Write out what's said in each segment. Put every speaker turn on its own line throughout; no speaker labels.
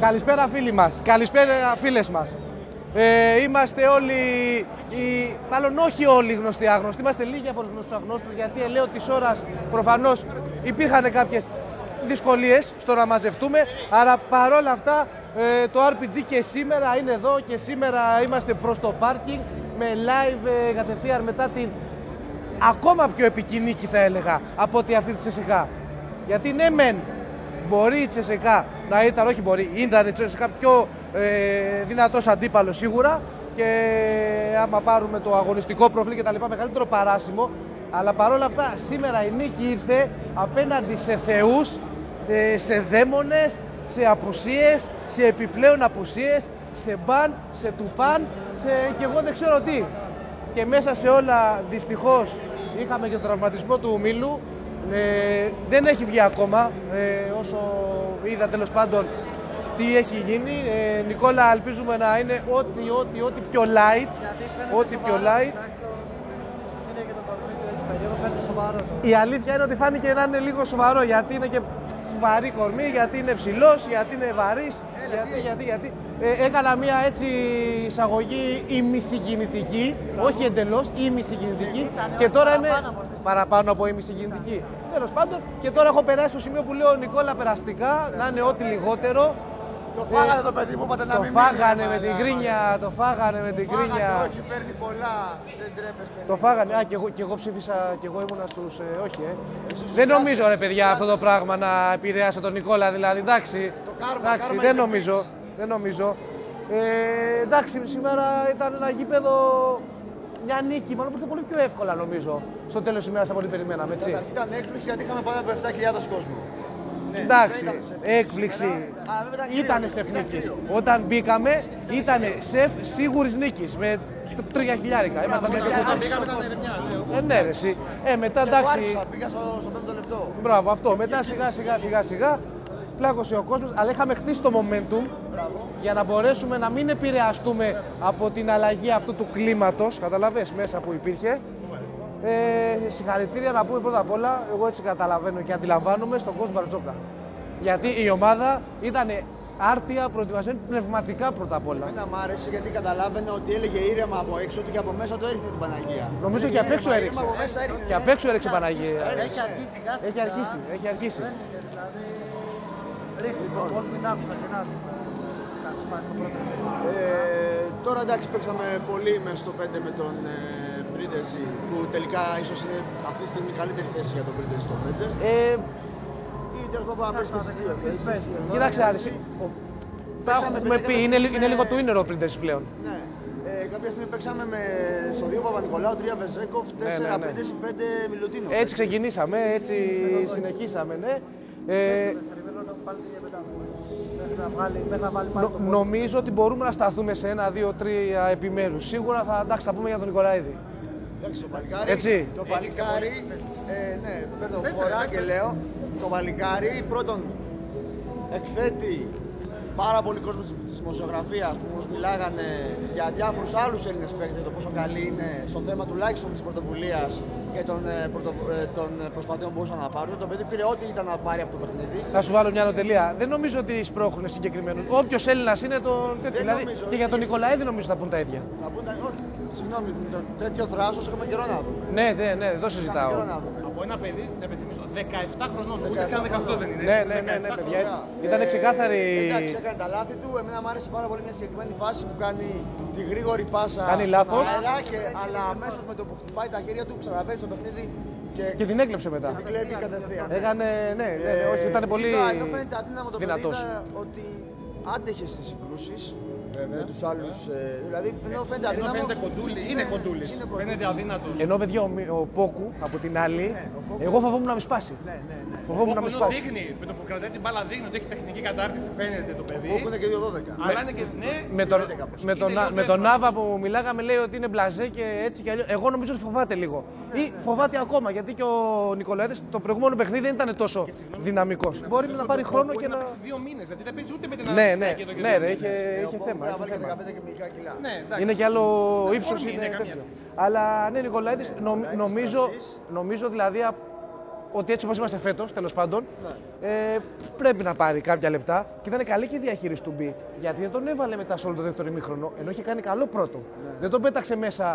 Καλησπέρα φίλοι μας, καλησπέρα φίλες μας. Ε, είμαστε όλοι, οι, μάλλον όχι όλοι γνωστοί άγνωστοι, είμαστε λίγοι από τους γνωστούς αγνώστους, γιατί ελαίω της ώρας προφανώς υπήρχαν κάποιες δυσκολίες στο να μαζευτούμε, άρα παρόλα αυτά ε, το RPG και σήμερα είναι εδώ και σήμερα είμαστε προς το πάρκινγκ με live ε, κατευθείαν μετά την ακόμα πιο επικοινική θα έλεγα από ότι αυτή τη Τσεσικά. Γιατί ναι μεν μπορεί η Τσεσικά να ήταν, όχι μπορεί, ήταν η Τσεσικά πιο ε, δυνατός αντίπαλος σίγουρα και ε, άμα πάρουμε το αγωνιστικό προφίλ και τα λοιπά μεγαλύτερο παράσημο αλλά παρόλα αυτά σήμερα η νίκη ήρθε απέναντι σε θεούς, ε, σε δαίμονες, σε απουσίες, σε επιπλέον απουσίες, σε μπαν, σε τουπάν, σε... και εγώ δεν ξέρω τι. Και μέσα σε όλα δυστυχώς είχαμε και τον τραυματισμό του Μίλου. Ε, δεν έχει βγει ακόμα, ε, όσο είδα τέλος πάντων τι έχει γίνει. Ε, Νικόλα, ελπίζουμε να είναι ό,τι, ό,τι, ό,τι πιο light. Ό,τι πιο light.
Είναι και το παγκόσμιο του έτσι περίεργο, φαίνεται σοβαρό.
Η αλήθεια είναι ότι φάνηκε να είναι λίγο σοβαρό γιατί είναι και βαρύ κορμί, γιατί είναι ψηλός, γιατί είναι βαρύς. Γιατί, γιατί, γιατί. Ε, έκανα μια έτσι εισαγωγή ημισυγκινητική, όχι εντελώς, ημισυγκινητική.
Ήταν
Και τώρα είμαι
παραπάνω από αυτές.
παραπάνω από ημισυγκινητική. Τέλος πάντων, και τώρα έχω περάσει στο σημείο που λέω Νικόλα περαστικά, να είναι ό,τι λιγότερο.
Το φάγανε το παιδί μου, είπατε να
Το
μην
φάγανε
μείνει,
με την
μαλάκα.
γκρίνια, το φάγανε με την
Το φάγανε,
γκρίνια.
Όχι, παίρνει πολλά. Δεν τρέπεστε.
Το φάγανε. Α, και εγώ, και εγώ ψήφισα, και εγώ ήμουνα στους. Ε, όχι, ε. Δεν νομίζω, ρε παιδιά, αυτό το πράγμα να επηρέασε τον Νικόλα. Δηλαδή, εντάξει.
Το κάρμα,
εντάξει,
κάρμα
δεν
is a
νομίζω. Δεν νομίζω. Ε, εντάξει, σήμερα ήταν ένα γήπεδο. Μια νίκη, μάλλον που ήρθε πολύ πιο εύκολα νομίζω στο τέλος της ημέρας από ό,τι περιμέναμε. Έτσι.
Καταρχήν Ήταν έκπληξη γιατί είχαμε πάνω από 7.000 κόσμο.
Εντάξει,
ήταν σε φνίκη
έκπληξη.
σήμερα. Α, βέβαια, ήταν
Ήτανε
κρύο,
σε
ήταν
νίκη.
κρύο.
Όταν μπήκαμε, ήταν σεφ σίγουρης νίκης. Με τρία χιλιάρικα. Ήμασταν
Μπράβο,
τέτοιο
και
κόσμο.
άρχισε ο κόσμος.
Ε, ναι, ρε, εσύ. Ε, μετά
Και εγώ
εντάξει.
άρχισα, πήγα στο, στο πέμπτο λεπτό.
Μπράβο, αυτό. Μετά σιγά σιγά σιγά σιγά πλάκωσε ο κόσμος. Αλλά είχαμε χτίσει το momentum για να μπορέσουμε να μην επηρεαστούμε από την αλλαγή αυτού του κλίματος. Καταλαβες μέσα που υπήρχε. Ε, συγχαρητήρια να πούμε πρώτα απ' όλα. Εγώ έτσι καταλαβαίνω και αντιλαμβάνομαι στον κόσμο Μπαρτζόκα. Γιατί η ομάδα ήταν άρτια, προετοιμασμένη πνευματικά πρώτα απ' όλα.
Εμένα μ' άρεσε γιατί καταλάβαινα ότι έλεγε ήρεμα από έξω του και από μέσα του έριχνε την Παναγία.
Νομίζω και
Έλεγε
απ' έξω
ήρεμα,
έριξε.
ήρεμα από μέσα έριχνε.
Και απ' έξω έριξε η Παναγία.
Έχει αρχίσει σιγά σιγά.
Έχει αρχίσει, έχει αρχίσει.
Δηλαδή, ρίχνει
Λοιπόν.
τον κόλπο, μην άκουσα και να σε- να του φας το πρώτο.
Ε, τώρα εντάξει παίξαμε πολύ μέσα στο 5 με τον ε, Φρίντεζι που τελικά ίσως είναι αυτή τη στιγμή η καλύτερη θέση για τον Φρίντεζι στο 5.
Ε,
Ή τέλος πάντων να παίξει και στις δύο θέσεις.
Κοίταξε, Άρης, ο- τα
Παίξαμε
έχουμε
παιδιά,
πει, είναι, λι-
με-
είναι λίγο του είναι ο Πρίτες πλέον.
Ναι. Ε, κάποια στιγμή παίξαμε με, στο 2 Παπα-Νικολάου, 3 Βεζέκοφ, 4
ναι, ναι. Ε,
Πρίντεζι, 5 Μιλουτίνο.
Έτσι ξεκινήσαμε, έτσι συνεχίσαμε, ναι. Ε,
Περιμένω πάλι και μετά. Μέχρι να βγάλει- μέχρι να βάλει πάλι
νο-
το κόλπο.
νομίζω ότι μπορούμε να σταθούμε σε ένα, δύο, τρία επιμέρους. Σίγουρα θα, εντάξει, θα πούμε για τον Νικολαίδη.
Εντάξει, το παλικάρι.
Έτσι.
Το παλικάρι. Ε, ναι, παίρνω φορά και λέω. Το παλικάρι πρώτον εκθέτει πάρα πολύ κόσμο της δημοσιογραφίας που μας μιλάγανε για διάφορους άλλους Έλληνες παίκτες το πόσο καλή είναι στο θέμα τουλάχιστον της πρωτοβουλίας και των, ε, πρωτο- ε, των προσπαθειών που μπορούσαν να πάρουν. Το παιδί πήρε ό,τι ήταν να πάρει από το παιχνίδι.
Να σου βάλω μια ανωτελεία. Δεν νομίζω ότι σπρώχνουν συγκεκριμένους. Όποιος Έλληνας είναι το. τέτοιο. Δηλαδή,
νομίζω,
και για τον Νικολαίδη νομίζω θα πούν τα ίδια.
Να πούν, τα- όχι, συγγνώμη, με το τέτοιο θράσος έχουμε καιρό να δούμε.
Ναι, ναι, ναι, δεν το
Είχαμε καιρό
συζητάω.
να δούμε.
Από ένα παιδί, να υπενθυμίσω, 17 χρονών. Ούτε καν 18 δεν είναι.
Ναι,
έτσι,
ναι, ναι, ναι,
17
παιδιά.
Ωραία.
Ήταν
Ε,
ξεκάθαρη.
Εντάξει, έκανε τα λάθη του. Εμένα μου άρεσε πάρα πολύ μια συγκεκριμένη φάση που κάνει τη γρήγορη πάσα.
Κάνει
στον
λάθος.
αέρα και, αλλά αμέσως με το που χτυπάει τα χέρια του ξαναβαίνει στο παιχνίδι και,
Και την έκλεψε μετά.
την κλέβει κατευθείαν.
Έκανε, ναι, ναι, ναι, όχι, ήταν
Ε,
πολύ
είδα, Ενώ φαίνεται αδύναμο το παιδί,
δυνατός.
είδα ότι άντεχε στις συγκρούσεις με τους άλλους. Δηλαδή, ενώ φαίνεται
Ενώ
αδύναμο.
φαίνεται κοντούλη, Ναι, είναι κοντούλης.
είναι κοντούλης.
Φαίνεται αδύνατος.
Ενώ παιδιά ο, Μι- ο Πόκου από την άλλη,
ο Πόκου.
εγώ φοβόμουν να με σπάσει.
Ναι, ναι, ναι.
Φοβόμουν να με
Ενώ
σπάσει.
δείχνει, με το που κρατάει την μπάλα δείχνει ότι έχει τεχνική κατάρτιση, φαίνεται το
Όπου είναι
παιδί.
και 2-12.
Αλλά είναι και ναι,
Με τον,
Είναι κάπως.
με, τον,
Είναι
Α-
λίγο
με τον
έσφαλμα.
Άβα που μιλάγαμε λέει ότι είναι μπλαζέ και έτσι κι αλλιώς. Εγώ νομίζω ότι φοβάται λίγο. Ή φοβάται ακόμα γιατί και ο Νικολαίδης το προηγούμενο παιχνίδι δεν ήταν τόσο δυναμικός. Μπορεί να πάρει χρόνο και να...
παίξει δύο μήνες. Δηλαδή δεν παίζει ούτε με την
Ναι,
ανάπτυξη
ναι,
και το
ναι,
κέντρο.
ρε, είχε, είχε
Οπότε
θέμα.
μπορεί να
είχε
βάλει και
θέμα.
15 και μερικά κιλά.
Ναι, εντάξει.
Είναι και άλλο ύψο.
όρμη
Είναι
είναι, καμία
τέτοιο.
σχέση.
Αλλά ναι, Νικολαίδης,
Νικολαίδης,
νομίζω,
Στασής.
νομίζω δηλαδή απ- ότι έτσι όπως είμαστε φέτος, τέλος πάντων, ε, πρέπει να πάρει κάποια λεπτά. Και ήταν καλή και η διαχείριση του Μπι. Γιατί δεν τον έβαλε μετά σε όλο το δεύτερο ημίχρονο, ενώ είχε κάνει καλό πρώτο. Δεν τον πέταξε μέσα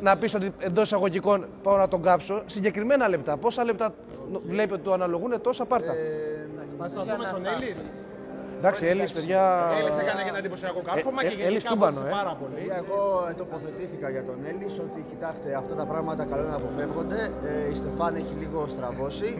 να πεις ότι εντός εισαγωγικών πάω να τον κάψω. Συγκεκριμένα λεπτά. Πόσα λεπτά νο- βλέπει ότι του αναλογούν, τόσα πάρτα.
Μας σταθούμε στον Έλλης.
Εντάξει, Έλλη, παιδιά.
Έλλης έκανε και ένα εντυπωσιακό κάρφωμα
ε,
και
ε,
γενικά
Έλλης
βοήθησε
Τούμπανο, ε.
πάρα πολύ.
Παιδιά, Εγώ ε, τοποθετήθηκα για τον Έλλης ότι κοιτάξτε, αυτά τα πράγματα καλό είναι να αποφεύγονται. Ε, η Στεφάν έχει λίγο στραβώσει.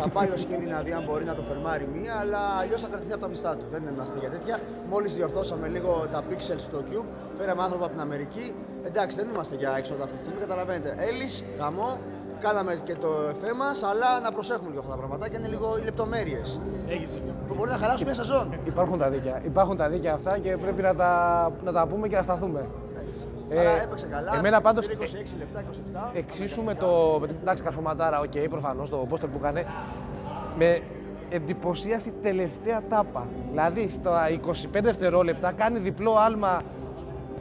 θα πάει ο Σκίδη να δει αν μπορεί να το φερμάρει μία, αλλά αλλιώς θα κρατηθεί από τα μιστά του. Δεν είμαστε για τέτοια. Μόλις διορθώσαμε λίγο τα pixels στο Cube, φέραμε άνθρωπο από την Αμερική. Εντάξει, δεν είμαστε για έξοδα αυτή τη στιγμή, καταλαβαίνετε. Έλλης, γαμό, κάναμε και το εφέ μας, αλλά να προσέχουμε λίγο αυτά τα πραγματάκια. Είναι λίγο οι λεπτομέρειες.
Έχεις δίκιο.
Που μπορεί να χαλάσουν μια σεζόν.
Υπάρχουν τα δίκαια. Υπάρχουν τα δίκαια αυτά και πρέπει να τα, να τα πούμε και να σταθούμε. Ε,
αλλά έπαιξε καλά.
εμένα πάντως-
πήρε 26 λεπτά, 27.
Εξίσου με το. με την- Εντάξει, καρφωματάρα, οκ, προφανώς το πόστερ που έκανε. Με εντυπωσίασε η τελευταία τάπα. Δηλαδή στα 25 δευτερόλεπτα κάνει διπλό άλμα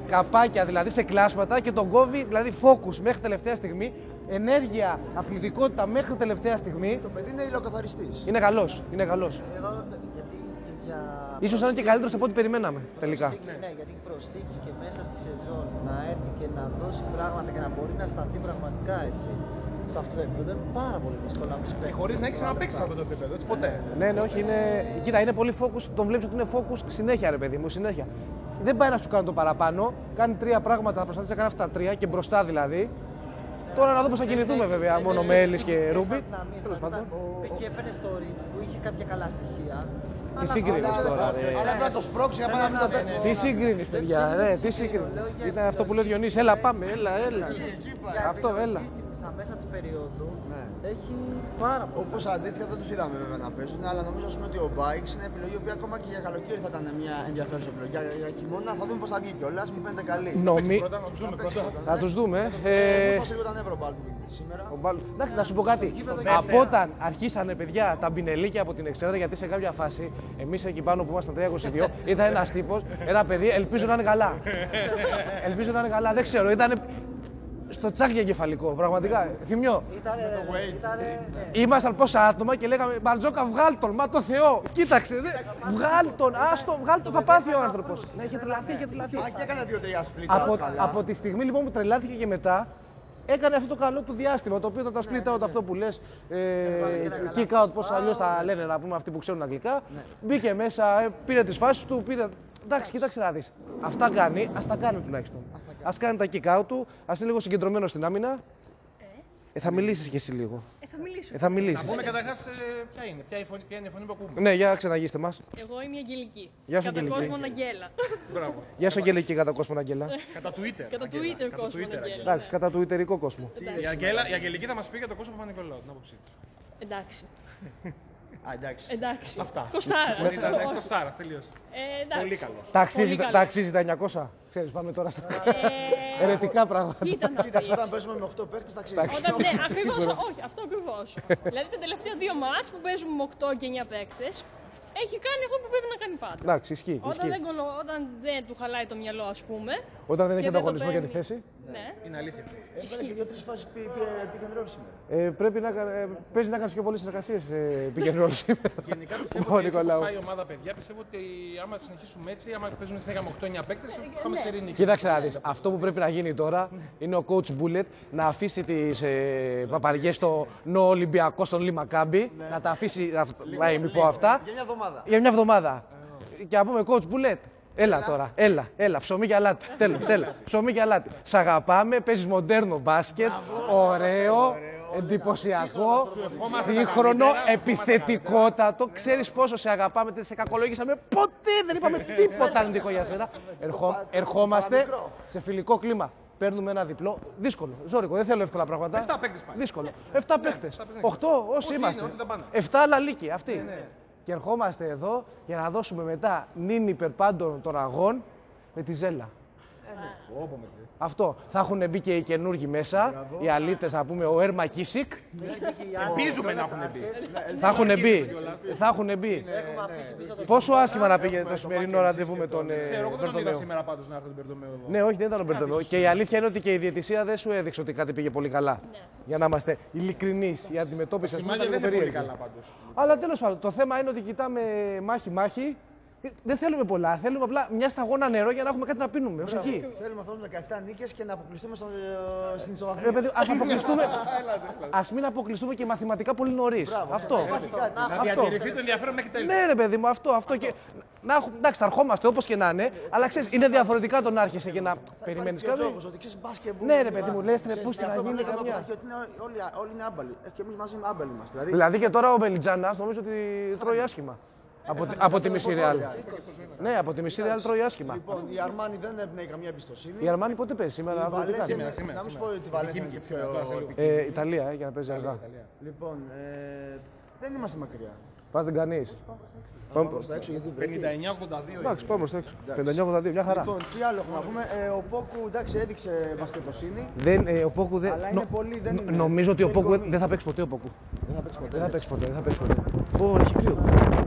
καπάκια, δηλαδή σε κλάσματα και τον κόβει, δηλαδή focus μέχρι τελευταία στιγμή. Ενέργεια, αθλητικότητα μέχρι τελευταία στιγμή.
Το παιδί είναι υλοκαθαριστής.
Είναι καλός, είναι καλός.
Εγώ, γιατί και για
Ίσως ήταν και καλύτερος από ό,τι περιμέναμε τελικά.
προσθήκη- Ναι, γιατί η προσθήκη και μέσα στη σεζόν να έρθει και να δώσει πράγματα και να μπορεί να σταθεί πραγματικά έτσι σε αυτό το επίπεδο είναι πάρα πολύ δύσκολο να βρει
Και χωρίς να έχεις ξαναπέξει σε αυτό το επίπεδο, έτσι ποτέ.
Ναι, ναι, όχι, είναι. Κοίτα, είναι πολύ focus. Τον βλέπεις ότι είναι focus συνέχεια, ρε παιδί μου, συνέχεια. Δεν πάει να σου κάνει το παραπάνω. Κάνει τρία πράγματα, θα προσπαθήσει να κάνει αυτά τα τρία και μπροστά δηλαδή. Τώρα να δούμε πώς θα κινηθούμε
Ναι,
βέβαια, μόνο με Έλλη και Ρούμπι. Τέλο πάντων.
Πήγε ναι, έφερε στο Ριν που είχε κάποια καλά στοιχεία.
Τι σύγκρινε τώρα, ρε.
Αλλά πρέπει να το σπρώξεις να πάει να μην το παίξει.
Τι σύγκρινε, παιδιά, ρε, τι σύγκρινε. Ήταν αυτό που λέει ο Διονύσης, έλα πάμε, έλα, έλα.
Για
Αυτό,
επιλογή
έλα.
στη- Στα μέσα της περίοδου
Ναι.
έχει πάρα πολύ.
Όπως αντίστοιχα δεν τους είδαμε βέβαια να παίζουν, αλλά νομίζω ας πούμε, ότι ο Μπάιξ είναι επιλογή που ακόμα και για καλοκαίρι θα ήταν μια ενδιαφέρουσα επιλογή. Για, για χειμώνα θα δούμε πώς θα βγει κιόλας, μου φαίνεται καλή.
Νομι...
Πρώτα να ψούμε πρώτα.
Να τους δούμε.
Ε,
Ε,
Πώ λίγο τα νεύρα πάλι σήμερα.
Ο Μπάλ- Εντάξει, να σου πω κάτι. Από όταν αρχίσανε παιδιά τα μπινελίκια από την εξέδρα, γιατί σε κάποια φάση, εμείς εκεί πάνω που ήμασταν 322, ήταν ένας τύπος, ένα παιδί, ελπίζω να είναι καλά. ελπίζω να είναι καλά, δεν ξέρω, ήταν στο τσάκι εγκεφαλικό, πραγματικά. Θυμιώ.
Ήτανε, ήτανε, ναι.
Ήμασταν πόσα άτομα και λέγαμε Μπαρτζόκα, βγάλ τον, μα το Θεό. Κοίταξε, δε, βγάλ τον, άστο, βγάλ τον, θα πάθει ο άνθρωπος. Ναι, είχε τρελαθεί, είχε τρελαθεί.
Α, και έκανα δύο-τρία σπλίτ.
Από,
καλά.
από τη στιγμή λοιπόν που τρελάθηκε και μετά, έκανε αυτό το καλό του διάστημα, το οποίο ήταν τα split out, αυτό που λες, ε, kick out, πώς αλλιώς τα λένε να πούμε αυτοί που ξέρουν αγγλικά. Μπήκε μέσα, ε, πήρε τις φάσεις του, πήρε... Εντάξει, κοίταξε να δεις. Αυτά κάνει, ας τα κάνει τουλάχιστον. Ας κάνει τα kick out του, ας είναι λίγο συγκεντρωμένος στην άμυνα. Ε, θα μιλήσεις κι εσύ λίγο.
Ε, θα μιλήσω.
Ε, θα μιλήσεις.
Πούμε καταρχάς ε, ποια είναι, ποια είναι η φωνή- ποια είναι η φωνή που ακούμε.
Ναι, για ξαναγείστε μας.
Εγώ είμαι η Αγγελική.
Γεια σου,
Κατά
Αγγελική.
κόσμον Αγγέλα.
Μπράβο.
Γεια σου Αγγελική κατά κόσμο Αγγέλα.
Κατά Twitter.
Κατά
Αγγέλα.
Twitter
Κατά
κόσμο
Twitter, Αγγέλα.
Αγγέλα.
Εντάξει, κατά του ιτερικό κόσμο.
Η, Αγγέλα, η Αγγελική θα μας πει για το κόσμο Παπα-Νικολάου, την άποψή της.
Εντάξει.
Α, εντάξει.
Εντάξει.
Αυτά.
Κοστάρα. Ε,
Ήταν ήταν κοστάρα, Δηλαδή, τελείωσε. Πολύ καλός.
Τα αξίζει,
Πολύ
τα
καλός.
αξίζει τα 900. Ξέρεις, πάμε τώρα στα
Ε,
ερετικά πράγματα.
Κοίτα να δεις.
Κοίταξε, όταν Λοιπόν, παίζουμε με 8 παίχτε θα ξέρεις.
Όταν, ναι, ακριβώς, όχι, αυτό ακριβώς. δηλαδή τα τελευταία δύο μάτς που παίζουμε με 8 και 9 παίκτες, έχει κάνει αυτό που πρέπει να κάνει πάντα.
Εντάξει, ισχύει.
Όταν
ισχύει.
δεν, κολο- όταν δεν του χαλάει το μυαλό, ας πούμε.
Όταν δεν
και
έχει
δεν το
ανταγωνισμό για τη
παίρνει.
θέση,
Ναι.
Είναι αλήθεια.
Έκανε και δύο-τρει φάσεις επικεντρώσεις σήμερα.
ε, πρέπει να, κα- ε, παίζει να κάνεις και πολλές συνεργασίες ε, πηγαίνουν όλοι σήμερα.
Γενικά
Ο
πιστεύω ότι έτσι όπως
Νικολάου.
πάει η ομάδα, παιδιά, πιστεύω ότι άμα τη συνεχίσουμε έτσι, άμα παίζουμε συνέχεια με 8-9 παίκτες, πάμε σε ειρηνική.
Κοίταξε να δεις. Αυτό που πρέπει να γίνει τώρα είναι ο coach Bullet να αφήσει τις ε, παπαριές στο νο Ολυμπιακό στον Λί Μακάμπι. Να τα αφήσει. αυ- Βάει, μη πω αυτά.
Για μια εβδομάδα.
Για μια εβδομάδα. Και να πούμε coach Bullet. Έλα τώρα, έλα, έλα, ψωμί και αλάτι. Τέλος, έλα. Ψωμί και αλάτι. Σ' αγαπάμε, παίζεις μοντέρνο μπάσκετ. Ωραίο, εντυπωσιακό, σύγχρονο, επιθετικότατο. Ξέρεις πόσο σε αγαπάμε, δεν σε κακολογήσαμε ποτέ, δεν είπαμε τίποτα αρνητικό για σένα. Ερχό- Ερχόμαστε σε φιλικό κλίμα. Παίρνουμε ένα διπλό. Δύσκολο. Ζώρικο. Δεν θέλω εύκολα πράγματα.
Εφτά παίκτες πάλι. Ναι,
Δύσκολο. Εφτά παίχτε.
παίκτες.
Οχτώ, όσοι
ναι. Όσοι
είμαστε.
είναι, όσοι τα πάνε. Ναι,
Εφτά λαλίκοι. Αυτοί. Και ερχόμαστε εδώ για να δώσουμε μετά νυν υπερπάντων των αγών με τη ζέλα.
Ε, ναι.
Αυτό. Θα έχουν μπει και οι καινούργοι μέσα, οι αλήτες να πούμε, ο Έρμα Κίσικ.
Ελπίζουμε να έχουν μπει.
Θα έχουν μπει. Θα έχουν
Ναι,
μπει.
Έχουμε αφήσει πίσω το
Πόσο άσχημα να πήγαινε το σημερινό ραντεβού με τον ε,
Ξέρω, εγώ δεν τον είδα
Μπερτομέο.
σήμερα πάντως να έρθει τον Περδομέο εδώ.
Ναι, όχι, δεν ήταν ο Μπερτομέο. Και η αλήθεια είναι ότι και η διαιτησία δεν σου έδειξε ότι κάτι πήγε πολύ καλά.
Ναι.
Για να είμαστε ειλικρινείς, η αντιμετώπιση ας πούμε,
Σημάδια
ήταν
δεν
λίγο περίεργη.
είναι πολύ καλά πάντως.
Αλλά τέλος πάντων, το θέμα είναι ότι κοιτάμε μάχη-μάχη. Ε, Δεν θέλουμε πολλά. Θέλουμε απλά μια σταγόνα νερό για να έχουμε κάτι να πίνουμε. Ως εκεί.
Θέλουμε αυτόν 17 νίκες και να αποκλειστούμε στο,
ε,
στην
Ρε
ισοβαθμία.
Ε, παιδί, ας αποκλειστούμε. ας μην αποκλειστούμε και μαθηματικά πολύ νωρίς. Αυτό.
Να διατηρηθεί το ενδιαφέρον μέχρι τέλους.
Ναι, ρε παιδί μου, αυτό. αυτό. Και... Να έχουμε, εντάξει, θα ερχόμαστε όπως και να είναι, αλλά ξέρεις, είναι διαφορετικά το να άρχισε και να περιμένεις
Και ο
κάτι.
τζόγος, ότι ξέρεις μπάσκετ.
Ναι,
μπορεί
ρε
και
παιδί μου,
να-
λες,
ξέρεις,
ρε, πού στην
αυτό που
Αγία είναι
λέγαμε από την
καμιά.
αρχή, ότι είναι όλοι, όλοι είναι άμπαλοι. Ε, Και εμείς μαζί με άμπαλοι είμαστε. Δηλαδή,
Δηλαδή και τώρα ο Μπελιτζάνας νομίζω ότι τρώει άσχημα. Από, τη- από τη μισή ρεάλ. Ναι, από τη μισή ρεάλ τρώει άσχημα.
Λοιπόν, η Αρμάνι δεν εμπνέει καμία εμπιστοσύνη.
Η Αρμάνη πότε παίζει σήμερα, αύριο τι
Βαλένθια
κάνει.
είναι- Να μην σου πω ότι η Βαλένθια είναι πιο...
Ε, Ιταλία, ε, για να παίζει αργά.
Λοιπόν, ε, δεν είμαστε μακριά.
Πας δεν κανεί.
Στα έξω γιατί βρέχει.
59-82.
Εντάξει, πάμε στο έξω. 59-82, μια χαρά.
Λοιπόν, τι άλλο έχουμε να πούμε. Ε, ο Πόκου εντάξει έδειξε μπασκετοσύνη.
Δεν, ε, ο Πόκου δεν.
Αλλά είναι πολύ, δεν
νο-
είναι.
Νομίζω ότι ο Πόκου δεν- δεν θα παίξει ποτέ ο Πόκου. Δεν θα παίξει ποτέ. Δεν θα παίξει ποτέ. Πω, έχει κρύο.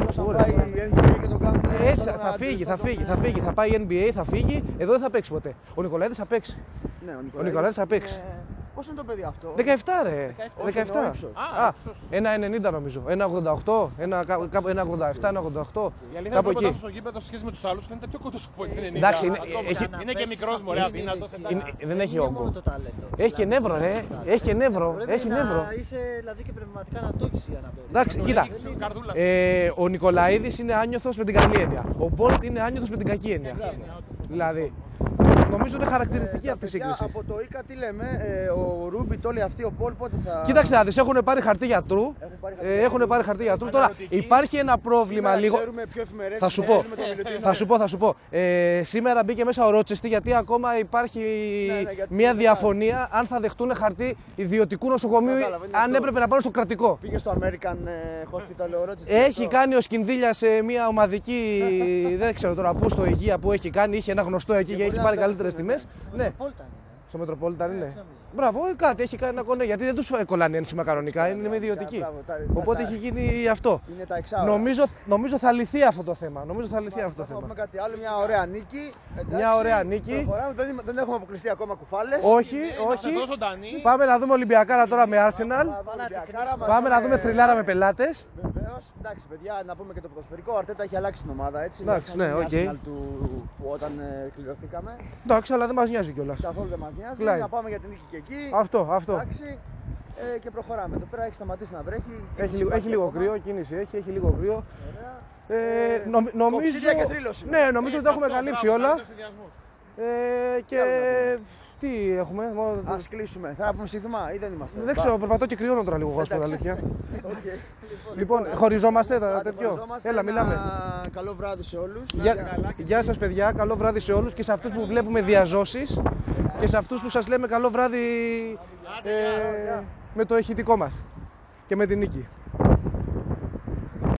Εκτός αν πάει η NBA και τον κάνουν.
Ε, Έτσι, θα φύγει, θα φύγει, θα φύγει. Θα πάει η NBA, θα φύγει. Εδώ δεν θα παίξει ποτέ. Ο Νικολαίδης θα παίξει.
Ναι, ο
Ο
Νικολαίδης.
Νικολαίδης θα παίξει.
Ε, Πόσο είναι το παιδί αυτό.
17 ρε. 17.
ύψος.
Α, ένα 90 νομίζω. Ένα 88, ένα, κά- κάπου- ένα 87, ένα 88.
Η αλήθεια
Κάπου
είναι ότι
εκεί. Ε,
στο γήπεδο σε σχέση με τους άλλους φαίνεται πιο κοντός από ό,τι είναι.
Εντάξει, είναι-
Ακόμα
έχει-
Είναι και μικρός μωρέ, αδύνατος.
Είναι- Δεν έχει
είναι μόνο
όγκο.
το ταλέντο.
Έχει και νεύρο, ρε. Έχει και νεύρο.
Πρέπει
Έχει
να
νεύρο.
Είσαι δηλαδή και πνευματικά να το έχεις για να το έχεις.
Εντάξει, κοίτα.
Καρδούλας.
Ε, ο Νικολαίδης είναι άνιωθος με την καλή έννοια. Ο Μπόλτ είναι άνιωθος με την κακή έννοια. Δηλαδή, νομίζω είναι χαρακτηριστική αυτή η
Ε, Παιδιά,
σύγκριση.
Από το ΙΚΑ τι λέμε, ε, ο Ρούμπιτ, όλοι αυτοί, ο Πολ πότε θα.
Κοίταξε να δεις, έχουν πάρει χαρτί γιατρού.
πάρει χαρτί
Ε, Έχουν πάρει χαρτί γιατρού. Τώρα υπάρχει ένα πρόβλημα
Σήμερα
λίγο.
Ξέρουμε ποιο εφημερίδα.
Θα σου πω, θα σου πω, θα σου πω. Ε, σήμερα μπήκε μέσα ο Ρότσεστη γιατί ακόμα υπάρχει
Ναι, ναι, γιατί
μια
δεν
διαφωνία αν θα δεχτούν χαρτί ιδιωτικού νοσοκομείου ή
Κατάλαβα, είναι
αν
αυτό.
έπρεπε να πάρουν στο κρατικό.
Πήγε στο American ε, Hospital ο Ρότσεστερ.
Έχει κάνει ο Σκινδύλια σε μια ομαδική. δεν ξέρω τώρα πού στο Υγεία που έχει κάνει. Είχε ένα γνωστό εκεί και έχει πάρει καλύτερε τιμές. Ναι,
Πόλτα είναι.
στο Μετροπόλιταν είναι. Μπράβο, ε, κάτι έχει κάνει ένα κονέ. Γιατί δεν τους κολλάνε ένσημα
Ναι,
κανονικά, είναι με ιδιωτική.
μπράβο, τα-
Οπότε
τα-
έχει γίνει αυτό.
Είναι τα εξάωρας.
Νομίζω, νομίζω θα λυθεί αυτό το θέμα. Νομίζω θα λυθεί αυτό το
Θα
θέμα.
πούμε κάτι άλλο, μια ωραία νίκη. Εντάξει,
Μια ωραία νίκη.
Προχωράμε, δεν, δεν έχουμε αποκλειστεί ακόμα κουφάλες.
Όχι,
Είμαστε εδώ
όχι.
ζωντανοί.
Πάμε να δούμε Ολυμπιακάρα τώρα με Arsenal. Πάμε να δούμε θρυλάρα με πελάτες.
Βεβαίω. Εντάξει, παιδιά, να πούμε και το ποδοσφαιρικό. Ο Αρτέτα έχει αλλάξει την ομάδα έτσι.
Εντάξει,
Ήταν
ναι,
η
οκ.
Arsenal του, που όταν ε, κληρωθήκαμε.
Εντάξει, αλλά δεν μας νοιάζει κιόλας.
Καθόλου δεν μας νοιάζει.
Κλάιν.
Να πάμε για την νίκη και εκεί.
Αυτό, αυτό.
Εντάξει. Ε, και προχωράμε. Εδώ πέρα έχει σταματήσει να βρέχει.
Έχει, λίγο- έχει
Υπάρχει
λίγο
ακόμα.
κρύο, κίνηση έχει, έχει λίγο κρύο. Ε, νομ- νομίζω,
κοψίδια και θρύλωση. Ε,
ναι, νομίζω ότι τα έχουμε
Αυτό,
καλύψει
μπράβο,
όλα.
καλύτερος συνδυασμός.
Ε, και τι έχουμε, μόνο...
Ας κλείσουμε. Θα πούμε σύνθημα ή δεν είμαστε.
δεν ξέρω, περπατώ και κρυώνω τώρα λίγο, εγώ, να σου πω την αλήθεια. Λοιπόν, χωριζόμαστε τα τέτοιο.
Χωριζόμαστε.
Έλα, μιλάμε.
Ένα Καλό βράδυ σε όλους.
Γεια, γεια σας παιδιά, καλό βράδυ σε όλους και σε αυτούς που βλέπουμε διαζώσεις και σε αυτούς που σας λέμε καλό βράδυ ε, με το ηχητικό μας και με την νίκη.